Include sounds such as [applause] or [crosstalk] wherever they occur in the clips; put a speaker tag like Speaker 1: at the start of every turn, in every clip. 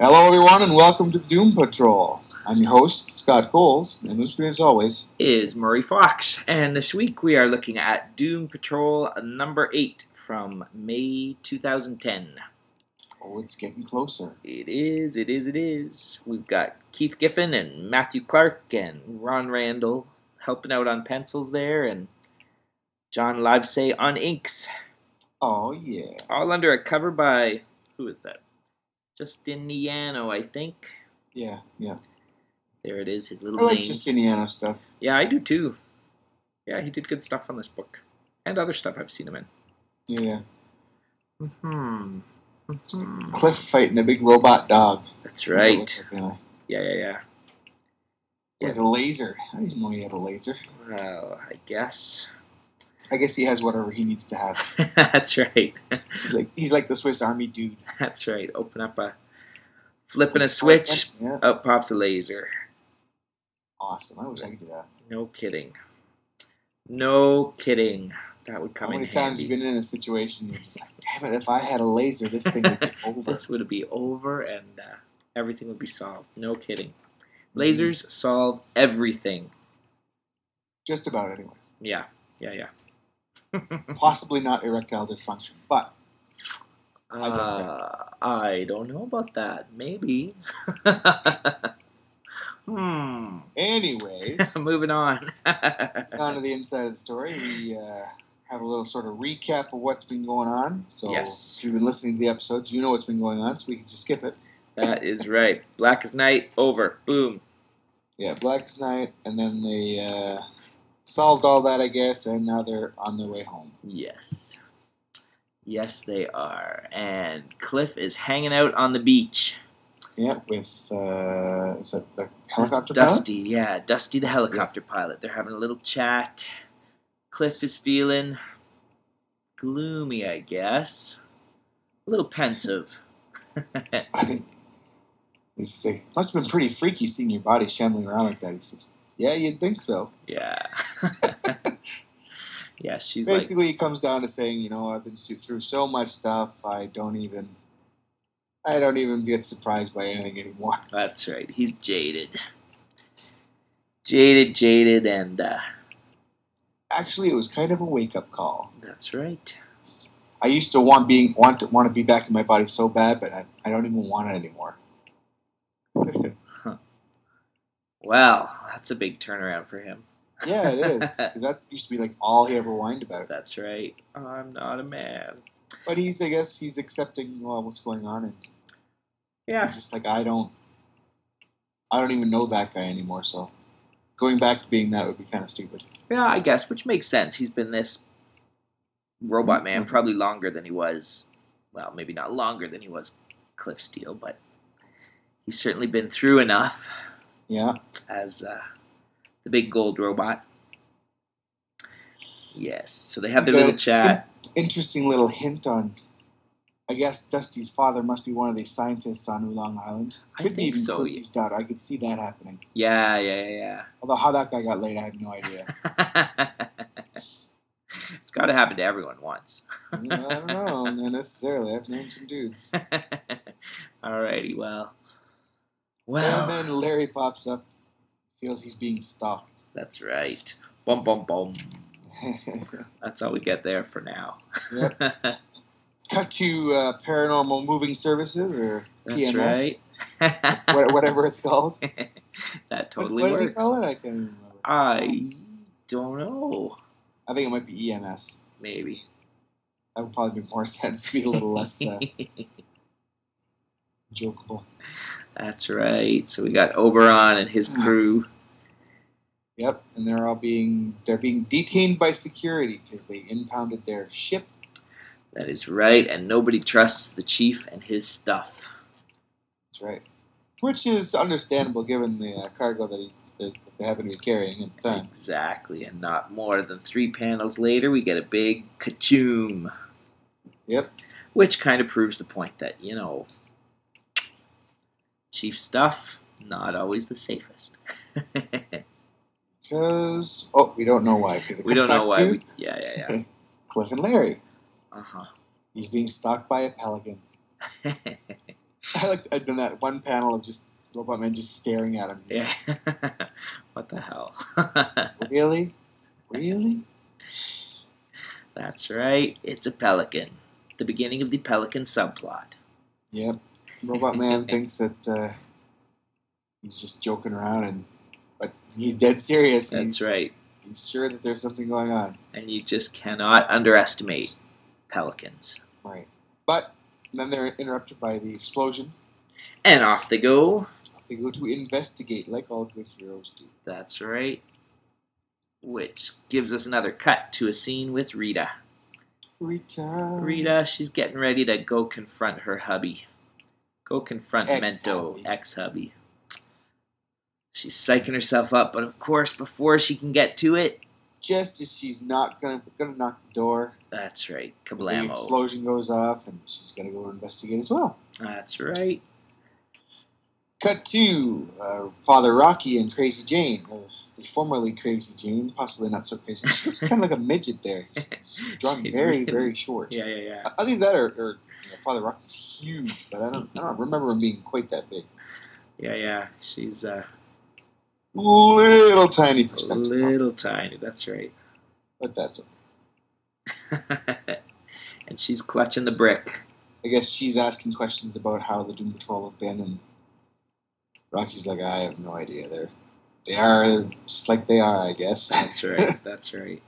Speaker 1: Hello, everyone, and welcome to Doom Patrol. I'm your host, Scott Coles, and with me, as always,
Speaker 2: is Murray Fox, and this week we are looking at Doom Patrol number 8 from May 2010.
Speaker 1: oh, it's getting closer.
Speaker 2: It is, it is, it is. We've got Keith Giffen and Matthew Clark and Ron Randall helping out on pencils there, and John Livesay on inks,
Speaker 1: Oh, yeah.
Speaker 2: all under a cover by, who is that? Justiniano, I think.
Speaker 1: Yeah, yeah.
Speaker 2: There it is, his
Speaker 1: I
Speaker 2: little
Speaker 1: like
Speaker 2: name.
Speaker 1: Justiniano stuff.
Speaker 2: Yeah, I do too. Yeah, he did good stuff on this book, and other stuff I've seen him in.
Speaker 1: Yeah. Mm-hmm.
Speaker 2: Hmm.
Speaker 1: Cliff fighting a big robot dog.
Speaker 2: That's right.
Speaker 1: With
Speaker 2: Yeah, yeah, yeah.
Speaker 1: a laser. I didn't know he had a laser.
Speaker 2: Well, I
Speaker 1: [laughs]
Speaker 2: guess.
Speaker 1: I guess he has whatever he needs to have.
Speaker 2: That's right.
Speaker 1: He's like he's like the Swiss Army dude.
Speaker 2: That's right. Open up a. Flipping a switch,
Speaker 1: Yeah,
Speaker 2: up pops a laser.
Speaker 1: awesome. I wish I could do that.
Speaker 2: No kidding. No kidding. That would come
Speaker 1: How many
Speaker 2: in
Speaker 1: times
Speaker 2: handy.
Speaker 1: you been in a situation you're just like, damn it, if I had a laser, this thing
Speaker 2: [laughs]
Speaker 1: would be over.
Speaker 2: this would be over and uh, everything would be solved. No kidding.
Speaker 1: Mm-hmm.
Speaker 2: Lasers solve everything.
Speaker 1: Just about anyway.
Speaker 2: Yeah, yeah, yeah.
Speaker 1: Possibly not erectile dysfunction, but I digress.
Speaker 2: Uh, I don't know about that. Maybe. [laughs] hmm. [laughs]
Speaker 1: Anyways, [laughs]
Speaker 2: Moving on.
Speaker 1: down to the inside of the story, we uh, have a little sort of recap of what's been going on. So
Speaker 2: Yes.
Speaker 1: if you've been listening to the episodes, you know what's been going on, so we can just skip it.
Speaker 2: that is right. Black as night. Over. Boom.
Speaker 1: Yeah, Black's Night, and then they uh, solved all that, I guess, and now they're on their way home.
Speaker 2: Yes. Yes, they are. And Cliff is hanging out on the beach.
Speaker 1: Yeah, with uh, is that the
Speaker 2: That's
Speaker 1: helicopter pilot?
Speaker 2: Dusty. Yeah, Dusty the
Speaker 1: Dusty, yeah.
Speaker 2: helicopter pilot. They're having a little chat. Cliff is feeling gloomy, I guess. A little pensive.
Speaker 1: [laughs] I think he's just like, must have been pretty freaky seeing your body shambling around like that. He says, "Yeah, you'd think so."
Speaker 2: Yeah. [laughs] yeah, she's like,
Speaker 1: basically it comes down to saying you know i've been s- through so much stuff i don't even i don't even get surprised by anything anymore [laughs]
Speaker 2: that's right. He's jaded. Jaded, jaded, and uh,
Speaker 1: actually it was kind of a wake-up call
Speaker 2: that's right.
Speaker 1: S- i used to want being want to want to be back in my body so bad but i, I don't even want it anymore
Speaker 2: Wow, that's a big turnaround for him.
Speaker 1: yeah it
Speaker 2: [laughs]
Speaker 1: is because that used to be like all he ever whined about
Speaker 2: That's right. I'm not a man.
Speaker 1: but he's i guess he's accepting well, what's going on and
Speaker 2: Yeah,
Speaker 1: he's just like i don't i don't even know that guy anymore so going back to being that would be kind of stupid
Speaker 2: yeah, I guess, which makes sense. He's been this robot man probably longer than he was. Well, maybe not longer than he was Cliff Steele, but he's certainly been through enough.
Speaker 1: yeah
Speaker 2: as uh, the big gold robot. Yes. So they have their little
Speaker 1: Okay.
Speaker 2: chat.
Speaker 1: interesting little hint on. I guess Dusty's father must be one of the scientists on Oolong Island.
Speaker 2: I
Speaker 1: Could be
Speaker 2: think
Speaker 1: even
Speaker 2: so,
Speaker 1: Kirby's daughter. I could see that happening.
Speaker 2: Yeah, yeah,
Speaker 1: Although how that guy got laid, I have no
Speaker 2: [laughs]
Speaker 1: idea.
Speaker 2: yeah. yeah. it's got to happen to everyone once. [laughs]
Speaker 1: I don't know, not necessarily. I've known some dudes.
Speaker 2: Alrighty,
Speaker 1: And
Speaker 2: well. [laughs] Well,
Speaker 1: then Larry pops up, feels he's being stalked. [laughs]
Speaker 2: that's right. Bum, bum, bum. That's all we get there for now. [laughs]
Speaker 1: Yep. Cut to uh, Paranormal Moving Services or
Speaker 2: that's
Speaker 1: PMS,
Speaker 2: right.
Speaker 1: [laughs]
Speaker 2: [laughs]
Speaker 1: wha- whatever it's called.
Speaker 2: that
Speaker 1: What-
Speaker 2: [laughs] totally
Speaker 1: what, do they
Speaker 2: works.
Speaker 1: call it? I can't even remember.
Speaker 2: I don't know.
Speaker 1: I think it might be EMS.
Speaker 2: Maybe.
Speaker 1: That would probably make more [laughs] sense. Be a little less
Speaker 2: [laughs]
Speaker 1: uh, jokeable.
Speaker 2: That's right. So we got Oberon and his crew.
Speaker 1: Yep, and they're all being they're being detained by security because they impounded their ship
Speaker 2: That is right, and nobody trusts the chief and his stuff.
Speaker 1: That's right. Which is understandable given the uh, cargo that, he's, that that they happen to be carrying at the time.
Speaker 2: Exactly, and not more than three panels later, we get a big kachoom.
Speaker 1: Yep.
Speaker 2: Which kind of proves the point that, you know, chief stuff, not always the safest.
Speaker 1: Because oh, we don't know why. Because
Speaker 2: we don't know why. We, yeah, yeah, yeah.
Speaker 1: Cliff and Larry.
Speaker 2: Uh [laughs] huh.
Speaker 1: He's being stalked by a pelican. [laughs] I like I've done that one panel of just Robot Man just staring at him. He's
Speaker 2: yeah.
Speaker 1: like,
Speaker 2: [laughs] what the hell? [laughs]
Speaker 1: really, really.
Speaker 2: That's right. It's a pelican. The beginning of the pelican subplot.
Speaker 1: Yep. Robot
Speaker 2: [laughs]
Speaker 1: Man thinks that uh, he's just joking around, and but he's dead serious. and
Speaker 2: That's
Speaker 1: he's-
Speaker 2: right.
Speaker 1: He's sure that there's something going on.
Speaker 2: And you just cannot underestimate pelicans.
Speaker 1: Right. But then they're interrupted by the explosion.
Speaker 2: And off they go.
Speaker 1: They go to investigate, like all good heroes do.
Speaker 2: That's right. Which gives us another cut to a scene with Rita.
Speaker 1: Rita.
Speaker 2: Rita, she's getting ready to go confront her hubby. Go confront Mento,
Speaker 1: Ex-hubby.
Speaker 2: ex hubby. She's psyching herself up, but of course, before she can get to it,
Speaker 1: Just as she's not gonna gonna knock the door,
Speaker 2: that's right,
Speaker 1: the
Speaker 2: kablamo.
Speaker 1: explosion goes off, and she's gonna go investigate as well.
Speaker 2: That's right.
Speaker 1: Cut to uh, Father Rocky and Crazy Jane, or the formerly Crazy Jane, possibly not so crazy.
Speaker 2: [laughs]
Speaker 1: She's kind of like a midget there. She's, she's drawn
Speaker 2: She's
Speaker 1: very,
Speaker 2: really-
Speaker 1: very short.
Speaker 2: Yeah, yeah, yeah.
Speaker 1: I I think that or, or you know, Father Rocky's huge, but I don't, I don't remember him being quite that big.
Speaker 2: Yeah, yeah. She's uh,
Speaker 1: Little tiny
Speaker 2: a
Speaker 1: perspective,
Speaker 2: little tiny. That's right.
Speaker 1: but that's okay.
Speaker 2: [laughs] and she's clutching the brick.
Speaker 1: I guess she's asking questions about how the Doom Patrol have been, and Rocky's like, I have no idea. They're they are just like they are, I guess.
Speaker 2: That's right. That's right.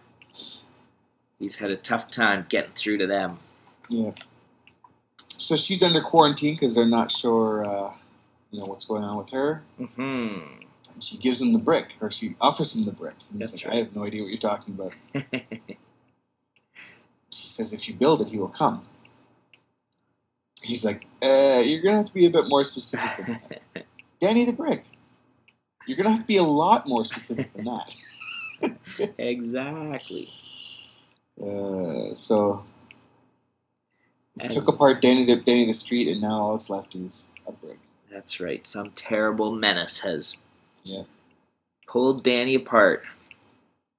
Speaker 2: He's had a tough time getting through to them.
Speaker 1: [laughs] so she's under quarantine because they're not sure, uh, you know, what's going on with her.
Speaker 2: Mm-hmm.
Speaker 1: And she gives him the brick, or she offers him the brick. And he's
Speaker 2: That's
Speaker 1: like, I
Speaker 2: right.
Speaker 1: have no idea what you're talking
Speaker 2: [laughs]
Speaker 1: about. She says, if you build it, he will come. He's like, uh, you're going to have to be a bit more specific than that. Danny the Brick, you're going to have to be a lot more specific than
Speaker 2: [laughs]
Speaker 1: that.
Speaker 2: [laughs] exactly.
Speaker 1: Uh, so,
Speaker 2: And
Speaker 1: took apart Danny the, Danny the Street, and now all that's left is a brick.
Speaker 2: that's right. Some terrible menace has
Speaker 1: Yeah.
Speaker 2: pulled Danny
Speaker 1: [laughs]
Speaker 2: apart.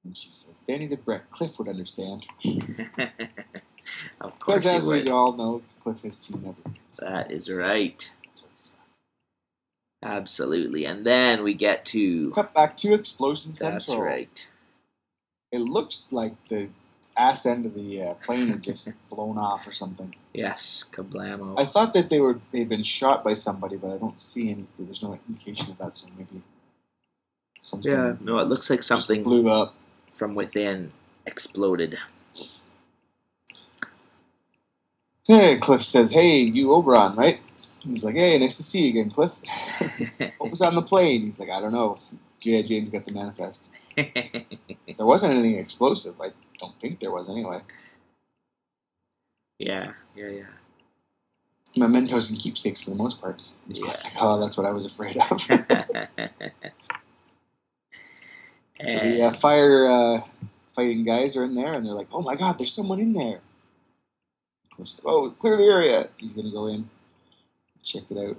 Speaker 1: And she says, Danny the Brick, Cliff would understand.
Speaker 2: of
Speaker 1: Because
Speaker 2: course he
Speaker 1: as we
Speaker 2: would.
Speaker 1: all know, Cliff has seen everything. So
Speaker 2: That is right.
Speaker 1: that's what she's like.
Speaker 2: Absolutely. And then we get to.
Speaker 1: Cut back to Explosion
Speaker 2: That's
Speaker 1: Central.
Speaker 2: right.
Speaker 1: It looks like the ass end of the uh, plane had
Speaker 2: [laughs]
Speaker 1: just blown off or something.
Speaker 2: Yes, kablamo.
Speaker 1: I thought that they were they'd been shot by somebody, but I don't see any. There's no indication of that, so maybe something.
Speaker 2: yeah. No, it looks like
Speaker 1: just
Speaker 2: something
Speaker 1: blew up.
Speaker 2: from within exploded.
Speaker 1: Hey, Cliff says, "Hey, you Oberon, right?" He's like, "Hey, nice to see you again, Cliff." [laughs] what was on the plane? He's like, "I don't know." G.I. Jane's got the manifest. There wasn't anything explosive. I don't think there was anyway.
Speaker 2: [laughs] Yeah, yeah, yeah.
Speaker 1: Mementos and keepsakes for the most part.
Speaker 2: Yeah. [laughs]
Speaker 1: Cliff's like, "Oh, that's what I was afraid of." [laughs] so the uh,
Speaker 2: and,
Speaker 1: fire uh, fighting guys are in there, and they're like, "Oh my God, there's someone in there!" Cliff's like, "Oh, clear the area." He's gonna go in, check it out.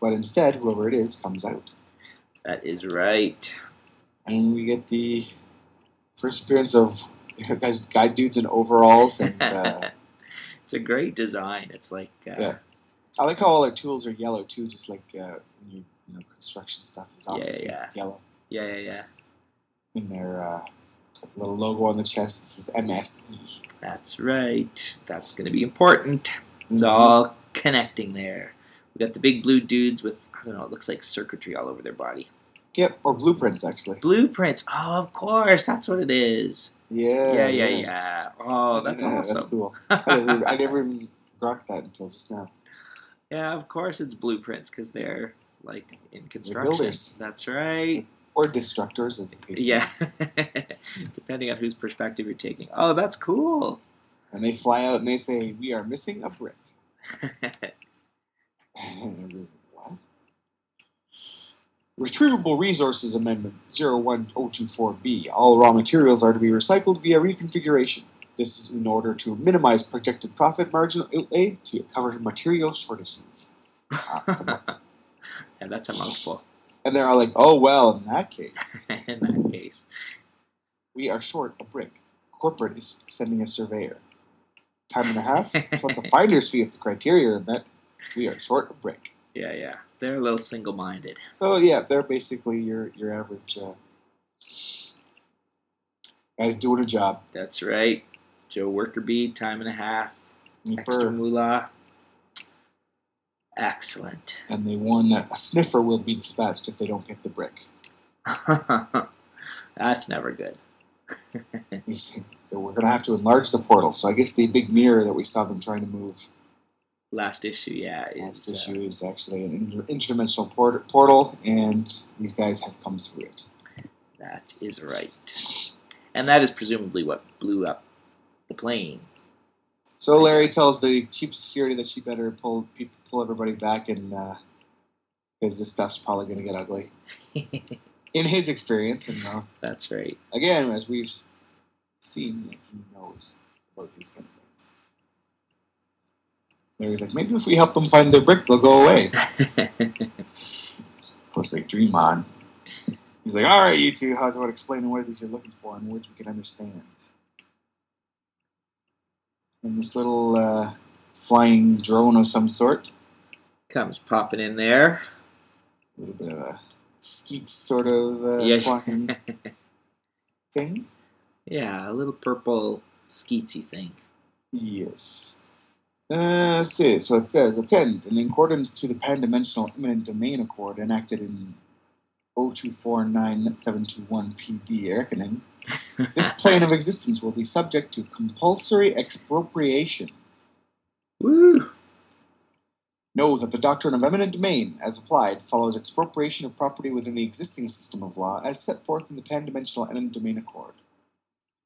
Speaker 1: But instead, whoever it is comes out.
Speaker 2: that is right.
Speaker 1: and we get the first appearance of guys, guy dudes in overalls, and
Speaker 2: [laughs]
Speaker 1: uh,
Speaker 2: it's a great design. It's like uh,
Speaker 1: Yeah. I like how all their tools are yellow too, just like uh, when you, you know construction stuff is often
Speaker 2: Yeah, yeah.
Speaker 1: yellow.
Speaker 2: yeah, yeah, yeah.
Speaker 1: And their uh, little logo on the chest says E. MSE.
Speaker 2: That's right. That's going to be important.
Speaker 1: Mm-hmm.
Speaker 2: It's all connecting there. We got the big blue dudes with I don't know. It looks like circuitry all over their body.
Speaker 1: Yep, or blueprints actually.
Speaker 2: Blueprints. Oh, of course. That's what it is.
Speaker 1: Yeah,
Speaker 2: Yeah, yeah, yeah. Oh, that's
Speaker 1: Yeah,
Speaker 2: awesome.
Speaker 1: That's
Speaker 2: [laughs]
Speaker 1: cool. I never, I never even rocked that until just now.
Speaker 2: Yeah, of course it's blueprints because they're like in
Speaker 1: They're
Speaker 2: construction.
Speaker 1: builders. [laughs]
Speaker 2: That's right.
Speaker 1: or destructors, as the case may be.
Speaker 2: Yeah. [laughs] Depending on whose perspective you're taking. Oh, that's cool.
Speaker 1: And they fly out and they say, "We are missing a brick." [laughs] And everybody's like, what? Retrievable Resources Amendment 01024B. All raw materials are to be recycled via reconfiguration. This is in order to minimize projected profit margin outlay to cover material shortages. Ah, it's a mouth.
Speaker 2: yeah, that's a mouthful [laughs]
Speaker 1: and they're all like, oh, well, in that case,
Speaker 2: in that case.
Speaker 1: we are short a brick. Corporate is sending a surveyor. Time and a half, plus a finder's fee if the criteria are met. We are short a brick.
Speaker 2: Yeah, yeah. They're a little single minded.
Speaker 1: So yeah, they're basically your your average uh, guys doing a job.
Speaker 2: That's right. Joe Workerbee, time and a half, extra
Speaker 1: Nipper,
Speaker 2: moolah. Excellent. [laughs]
Speaker 1: and they warn that a sniffer will be dispatched if they don't get the brick.
Speaker 2: that's never good.
Speaker 1: He said, "So We're gonna have to enlarge the portal. So I guess the big mirror that we saw them trying to move
Speaker 2: Last issue, yeah.
Speaker 1: last
Speaker 2: is, uh,
Speaker 1: issue is actually an inter- interdimensional port- portal, and these guys have come through it.
Speaker 2: That is right. And that is presumably what blew up the plane.
Speaker 1: So Larry tells the chief of security that she better pull pe- pull everybody back, and because this stuff's probably gonna get ugly. In his experience, and uh,
Speaker 2: That's right. [laughs]
Speaker 1: again, as we've seen, he knows about these kind of things. Larry's like, maybe if we help them find their brick, they'll go away. Plus, they dream on. [laughs] He's like, all right, you two, how's about explaining what it is you're looking for and words we can understand? And this little uh, flying drone of some sort,
Speaker 2: Comes popping in there.
Speaker 1: a little bit of a skeet sort of uh,
Speaker 2: Yeah.
Speaker 1: flying thing.
Speaker 2: Yeah, a little purple skeetsy thing.
Speaker 1: Yes. Uh, see, so it says attend in accordance to the pan-dimensional imminent domain accord enacted in 0249721 PD Erkening. This plane of existence will be subject to compulsory expropriation.
Speaker 2: Woo!
Speaker 1: Know that the doctrine of eminent domain, as applied, follows expropriation of property within the existing system of law as set forth in the pan-dimensional eminent domain accord.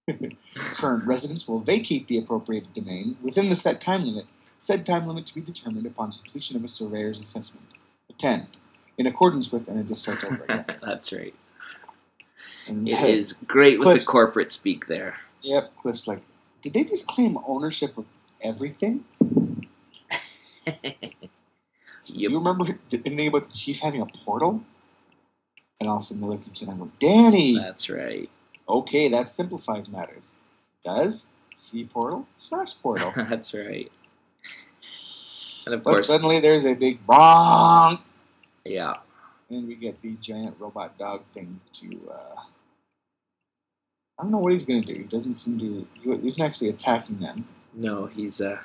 Speaker 1: [laughs] Current residents will vacate the appropriated domain within the set time limit, said time limit to be determined upon completion of a surveyor's assessment. Attend. In accordance with and a discharge over again.
Speaker 2: [laughs] That's right.
Speaker 1: And-
Speaker 2: It is great with
Speaker 1: Cliff.
Speaker 2: the corporate speak there.
Speaker 1: Yep, Cliff's like, did they just claim ownership of everything? Do
Speaker 2: [laughs] Yep.
Speaker 1: you remember th- anything about the chief having a portal? And all of a sudden they look at each other and go, Danny!
Speaker 2: That's right.
Speaker 1: Okay, that simplifies matters. Does? See portal? Smash
Speaker 2: [laughs]
Speaker 1: portal.
Speaker 2: That's right. And of
Speaker 1: but
Speaker 2: course,
Speaker 1: suddenly there's a big bonk,
Speaker 2: yeah,
Speaker 1: and we get the giant robot dog thing to. Uh, I don't know what he's going to do. He doesn't seem to. He he isn't actually attacking them.
Speaker 2: no, he's uh,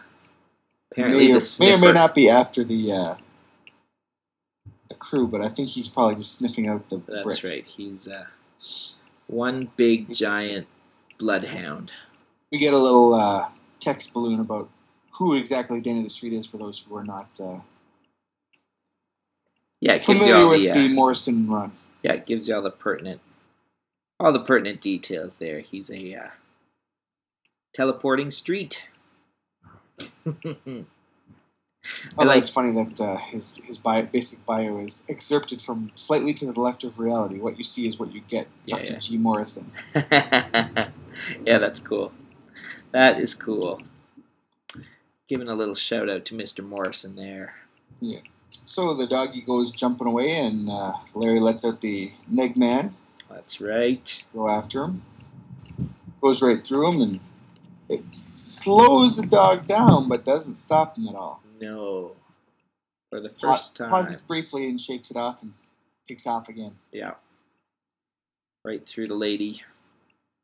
Speaker 2: apparently
Speaker 1: May or, may
Speaker 2: the
Speaker 1: or
Speaker 2: sniffer.
Speaker 1: may not be after the uh, the crew, but I think he's probably just sniffing out the
Speaker 2: That's
Speaker 1: brick.
Speaker 2: right. He's uh, one big giant bloodhound.
Speaker 1: We get a little uh, text balloon about who exactly Danny the Street is for those who are not uh,
Speaker 2: Yeah, it gives you
Speaker 1: familiar
Speaker 2: all
Speaker 1: with
Speaker 2: the, uh,
Speaker 1: the Morrison run.
Speaker 2: yeah, it gives you all the pertinent, all the pertinent details there. He's a uh, teleporting street.
Speaker 1: I
Speaker 2: [laughs] like-
Speaker 1: like it's funny that uh, his his bio, basic bio is excerpted from slightly to the left of reality. What you see is what you get.
Speaker 2: Yeah,
Speaker 1: Dr.
Speaker 2: yeah.
Speaker 1: G. Morrison.
Speaker 2: yeah, that's cool. That is cool. Giving a little shout out to Mr. Morrison there.
Speaker 1: So the doggy goes jumping away, and uh, Larry lets out the neg man
Speaker 2: That's right.
Speaker 1: go after him. Goes right through him, and it slows the dog down, but doesn't stop him at all.
Speaker 2: No. For the
Speaker 1: Pa-
Speaker 2: first time.
Speaker 1: Pauses briefly and shakes it off, and kicks off again.
Speaker 2: Yeah. Right through the lady.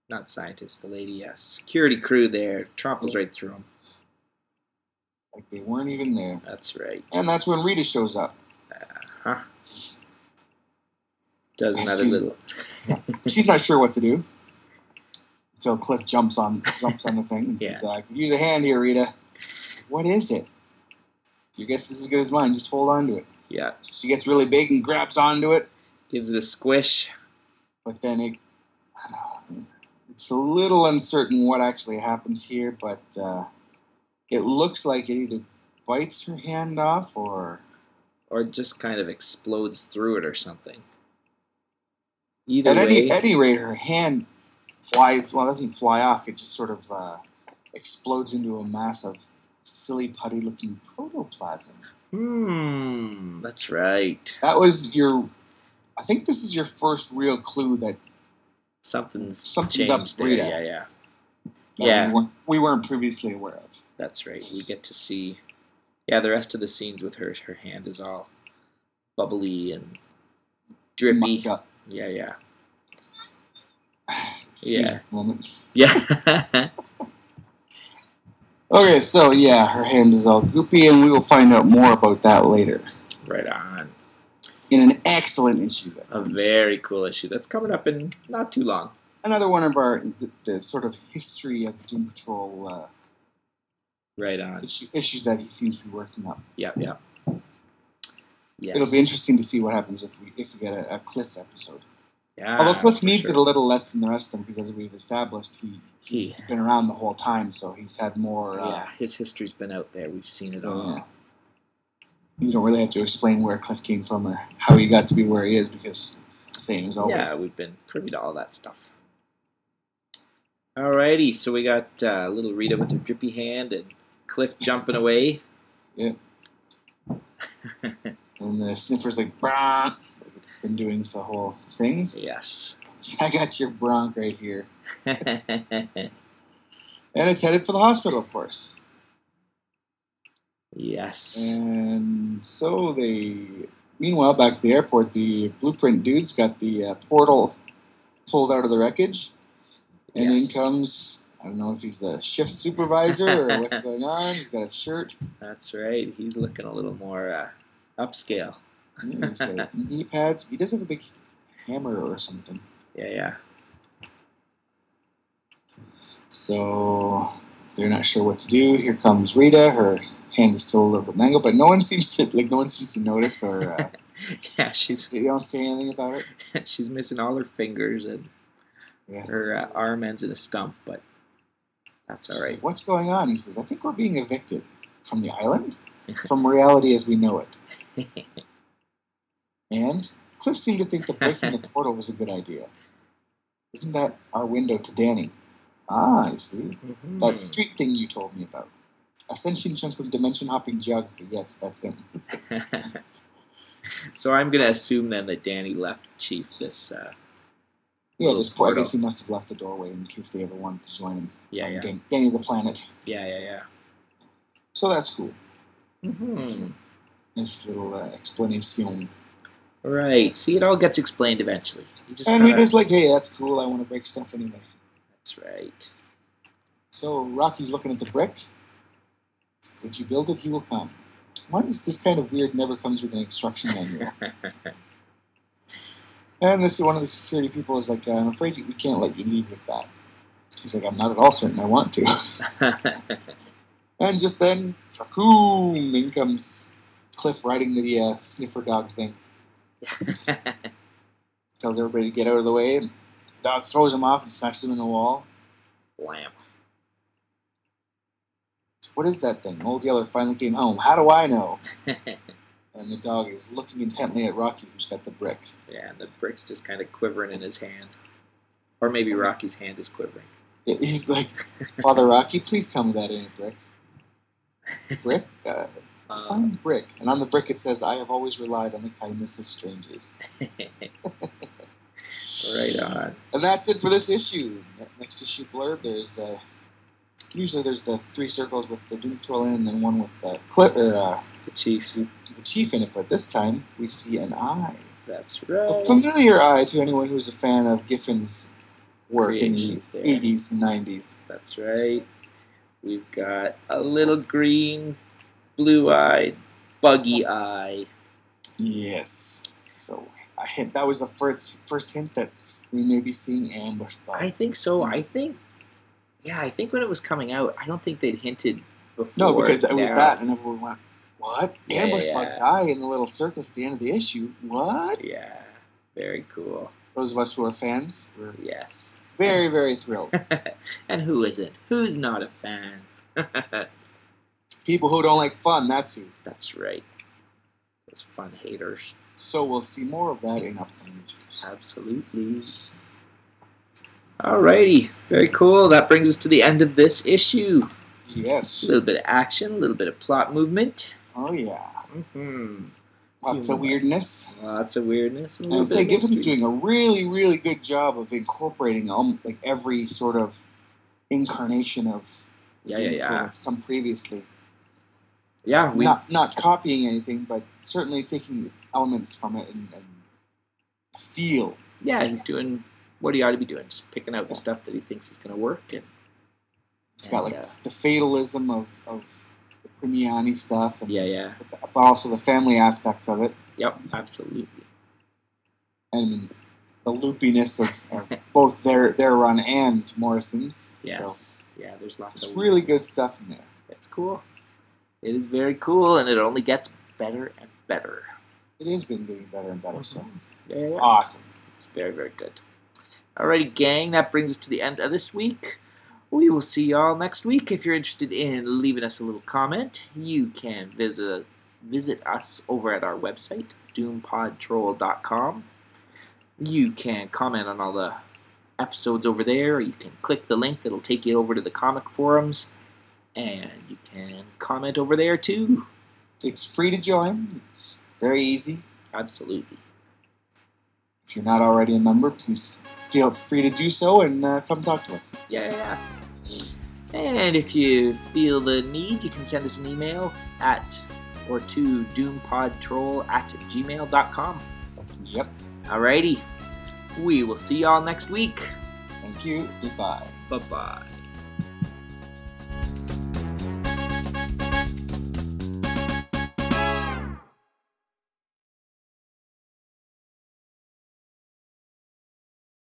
Speaker 2: Not scientist, the lady, yes. Security crew there. Tromples right through him.
Speaker 1: Like they weren't even there.
Speaker 2: That's right.
Speaker 1: And that's when Rita shows up.
Speaker 2: Does another
Speaker 1: She's-
Speaker 2: little.
Speaker 1: She's not sure what to do. Until Cliff jumps on jumps on the thing
Speaker 2: [laughs]
Speaker 1: and
Speaker 2: Yeah.
Speaker 1: says, uh, "Use a hand here, Rita." What is it? Your guess is as good as mine. Just hold on to it.
Speaker 2: Yeah.
Speaker 1: She gets really big and grabs onto it.
Speaker 2: Gives it a squish.
Speaker 1: But then it, [sighs] I don't know, it's a little uncertain what actually happens here, but uh, it looks like it either bites her hand off or
Speaker 2: or just kind of explodes through it or something.
Speaker 1: at
Speaker 2: Either way,
Speaker 1: any, any rate, her hand flies. Well, it doesn't fly off. It just sort of uh, explodes into a mass of silly putty-looking protoplasm.
Speaker 2: hmm, that's right.
Speaker 1: That was your. I think this is your first real clue that
Speaker 2: Something's
Speaker 1: Something's
Speaker 2: changed
Speaker 1: up,
Speaker 2: there.
Speaker 1: Rita.
Speaker 2: Yeah, yeah,
Speaker 1: that
Speaker 2: Yeah.
Speaker 1: we, weren't, we weren't previously aware of.
Speaker 2: that's right. We get to see. Yeah, the rest of the scenes with her, her hand is all bubbly and drippy.
Speaker 1: Mucked up.
Speaker 2: Yeah, yeah, [laughs]
Speaker 1: Excuse
Speaker 2: Yeah.
Speaker 1: me a moment.
Speaker 2: yeah.
Speaker 1: Okay, so yeah, her hand is all goopy, and we will find out more about that later
Speaker 2: right on.
Speaker 1: in an excellent issue.
Speaker 2: A very cool issue that's coming up in not too long.
Speaker 1: Another one of our the, the sort of history of Doom Patrol uh,
Speaker 2: Right on.
Speaker 1: issue, issues that he seems to be working on.
Speaker 2: Yep, yep. Yes.
Speaker 1: It'll be interesting to see what happens if we if we get a, a Cliff episode.
Speaker 2: Yeah,
Speaker 1: Although Cliff
Speaker 2: Ah, for
Speaker 1: needs
Speaker 2: sure.
Speaker 1: it a little less than the rest of them because, as we've established, he he's
Speaker 2: He-
Speaker 1: been around the whole time, so he's had more. Uh,
Speaker 2: Yeah, his history's been out there. We've seen it all.
Speaker 1: uh, you don't really have to explain where Cliff came from or how he got to be where he is because it's the same as always.
Speaker 2: Yeah, we've been privy to all that stuff. Alrighty, so we got uh, little Rita with her drippy hand and Cliff jumping away.
Speaker 1: And the sniffer's like, Bronk. Like it's been doing the whole thing. [laughs]
Speaker 2: Yes. [laughs]
Speaker 1: I got your Bronk right here.
Speaker 2: yes.
Speaker 1: And it's headed for the hospital, of course. Mm. And so they. Meanwhile, back at the airport, the blueprint dude's got the uh, portal pulled out of the wreckage. And
Speaker 2: Yes.
Speaker 1: in comes. I don't know if he's the shift supervisor or what's going on. He's got a shirt.
Speaker 2: That's right. He's looking a little more uh, upscale.
Speaker 1: Mm, He's got knee pads. He does have a big hammer or something.
Speaker 2: Yeah, yeah. [laughs]
Speaker 1: So they're not sure what to do. Here comes Rita. Her hand is still a little bit mangled, but no one seems to like. No one seems to notice or
Speaker 2: [laughs]
Speaker 1: uh,
Speaker 2: Yeah, she's [laughs]
Speaker 1: they don't say anything about it.
Speaker 2: she's missing all her fingers and
Speaker 1: Yeah.
Speaker 2: her uh, arm ends in a stump, but that's
Speaker 1: She's
Speaker 2: all right.
Speaker 1: like, What's going on? He says, "I think we're being evicted from the
Speaker 2: [laughs]
Speaker 1: island, from reality as we know it." and Cliff seemed to think that breaking
Speaker 2: [laughs]
Speaker 1: the portal was a good idea. Isn't that our window to Danny? Ah, I see.
Speaker 2: Mhm.
Speaker 1: That street thing you told me about. Ascension chunk of dimension hopping geography. Yes, that's him.
Speaker 2: [laughs] so I'm gonna assume then that Danny left Chief this. Uh,
Speaker 1: Yeah,
Speaker 2: Little
Speaker 1: this poor. I
Speaker 2: portal.
Speaker 1: guess he must have left the doorway in case they ever wanted to join him.
Speaker 2: yeah, yeah,
Speaker 1: Dan- Danny the Planet.
Speaker 2: yeah, yeah, yeah.
Speaker 1: So that's cool.
Speaker 2: Mm-hmm.
Speaker 1: Nice little uh, explanation.
Speaker 2: Right. See, it all gets explained eventually. You just
Speaker 1: And
Speaker 2: gotta-
Speaker 1: Rita's like, hey, that's cool. I want to break stuff anyway.
Speaker 2: That's right.
Speaker 1: So Rocky's looking at the brick. Says, if you build it, he will come. Why is this kind of weird never comes with an instruction
Speaker 2: [laughs]
Speaker 1: manual? and this one of the security people is like, I'm afraid we can't let you leave with that. He's like, I'm not at all certain I want to.
Speaker 2: [laughs]
Speaker 1: And just then, Fakoom! In comes Cliff riding the uh, sniffer dog thing. Tells everybody to get out of the way. And the dog throws him off and smashes him in the wall.
Speaker 2: Lamp.
Speaker 1: What is that thing? Old Yeller finally came home. How do I know? And the dog is looking intently at Rocky, who's got the brick.
Speaker 2: yeah, and the brick's just kind of quivering in his hand, or maybe Rocky's hand is quivering.
Speaker 1: Yeah, He's like, Father Rocky, please tell me that ain't brick. Brick? Uh,
Speaker 2: Uh,
Speaker 1: fine brick. And on the brick it says, I have always relied on the kindness of strangers.
Speaker 2: right on.
Speaker 1: And that's it for this issue. Ne- Next issue blurb, there's uh, usually there's the three circles with the Doom Patrol in, and then one with uh, Clip or uh,
Speaker 2: The chief.
Speaker 1: the Chief in it. But this time we see an eye,
Speaker 2: That's
Speaker 1: a
Speaker 2: right.
Speaker 1: familiar eye to anyone who's a fan of Giffen's work
Speaker 2: Creations
Speaker 1: in
Speaker 2: there.
Speaker 1: the eighties and nineties.
Speaker 2: That's right. We've got a little green, blue-eyed, buggy eye.
Speaker 1: Yes. So I hint, that was the first first hint that we may be seeing Ambush by.
Speaker 2: I think so. I think, yeah, I think when it was coming out, I don't think they'd hinted before.
Speaker 1: no, because it was
Speaker 2: now.
Speaker 1: that, and everyone went, "What?
Speaker 2: Yeah,
Speaker 1: Ambush
Speaker 2: yeah.
Speaker 1: Bug's eye in the little circus at the end of the issue? What?"
Speaker 2: Yeah, very cool.
Speaker 1: Those of us who are fans were
Speaker 2: Yes. [laughs]
Speaker 1: very, very thrilled. [laughs]
Speaker 2: and who isn't? Who's not a fan?
Speaker 1: People who don't like fun, that's who.
Speaker 2: That's right. Those fun haters.
Speaker 1: So we'll see more of that in upcoming issues.
Speaker 2: Absolutely. Alrighty. Very cool. That brings us to the end of this issue. A
Speaker 1: Yes.
Speaker 2: little bit of action, a little bit of plot movement.
Speaker 1: Oh, yeah.
Speaker 2: Mm-hmm.
Speaker 1: Lots of weirdness.
Speaker 2: Lots of weirdness. and a
Speaker 1: I would
Speaker 2: little
Speaker 1: say
Speaker 2: bit of
Speaker 1: Gibbon's
Speaker 2: mystery.
Speaker 1: doing a really, really good job of incorporating um, like every sort of incarnation of
Speaker 2: Yeah, yeah,
Speaker 1: Gibbon Tool
Speaker 2: yeah.
Speaker 1: that's come previously.
Speaker 2: Yeah, we
Speaker 1: not not copying anything, but certainly taking elements from it and, and feel.
Speaker 2: yeah, he's doing what he ought to be doing, just picking out the stuff that he thinks is going to work. And
Speaker 1: It's got like
Speaker 2: Yeah.
Speaker 1: the fatalism of, of the Primiani stuff, and
Speaker 2: yeah, yeah,
Speaker 1: but, the- but also the family aspects of it,
Speaker 2: yep, absolutely.
Speaker 1: and the loopiness of, of both their their run and Morrison's.
Speaker 2: Yes.
Speaker 1: So
Speaker 2: yeah, there's lots
Speaker 1: just
Speaker 2: of
Speaker 1: really good stuff in there.
Speaker 2: It's cool. It is very cool, and it only gets better and better.
Speaker 1: It has been getting better and better. So
Speaker 2: Yeah, yeah.
Speaker 1: awesome.
Speaker 2: It's very, very good. Alrighty, gang, that brings us to the end of this week. We will see y'all next week. If you're interested in leaving us a little comment, you can visit visit us over at our website, doompodtroll.com. You can comment on all the episodes over there, or you can click the link that'll take you over to the comic forums, and you can comment over there too.
Speaker 1: It's free to join. It's very easy.
Speaker 2: Absolutely.
Speaker 1: If you're not already a member, please feel free to do so and uh, come talk to us.
Speaker 2: Yeah. And if you feel the need, you can send us an email at or to doompodtroll at gmail.com.
Speaker 1: Yep.
Speaker 2: Alrighty. We will see y'all next week.
Speaker 1: Thank you. Goodbye.
Speaker 2: Bye bye.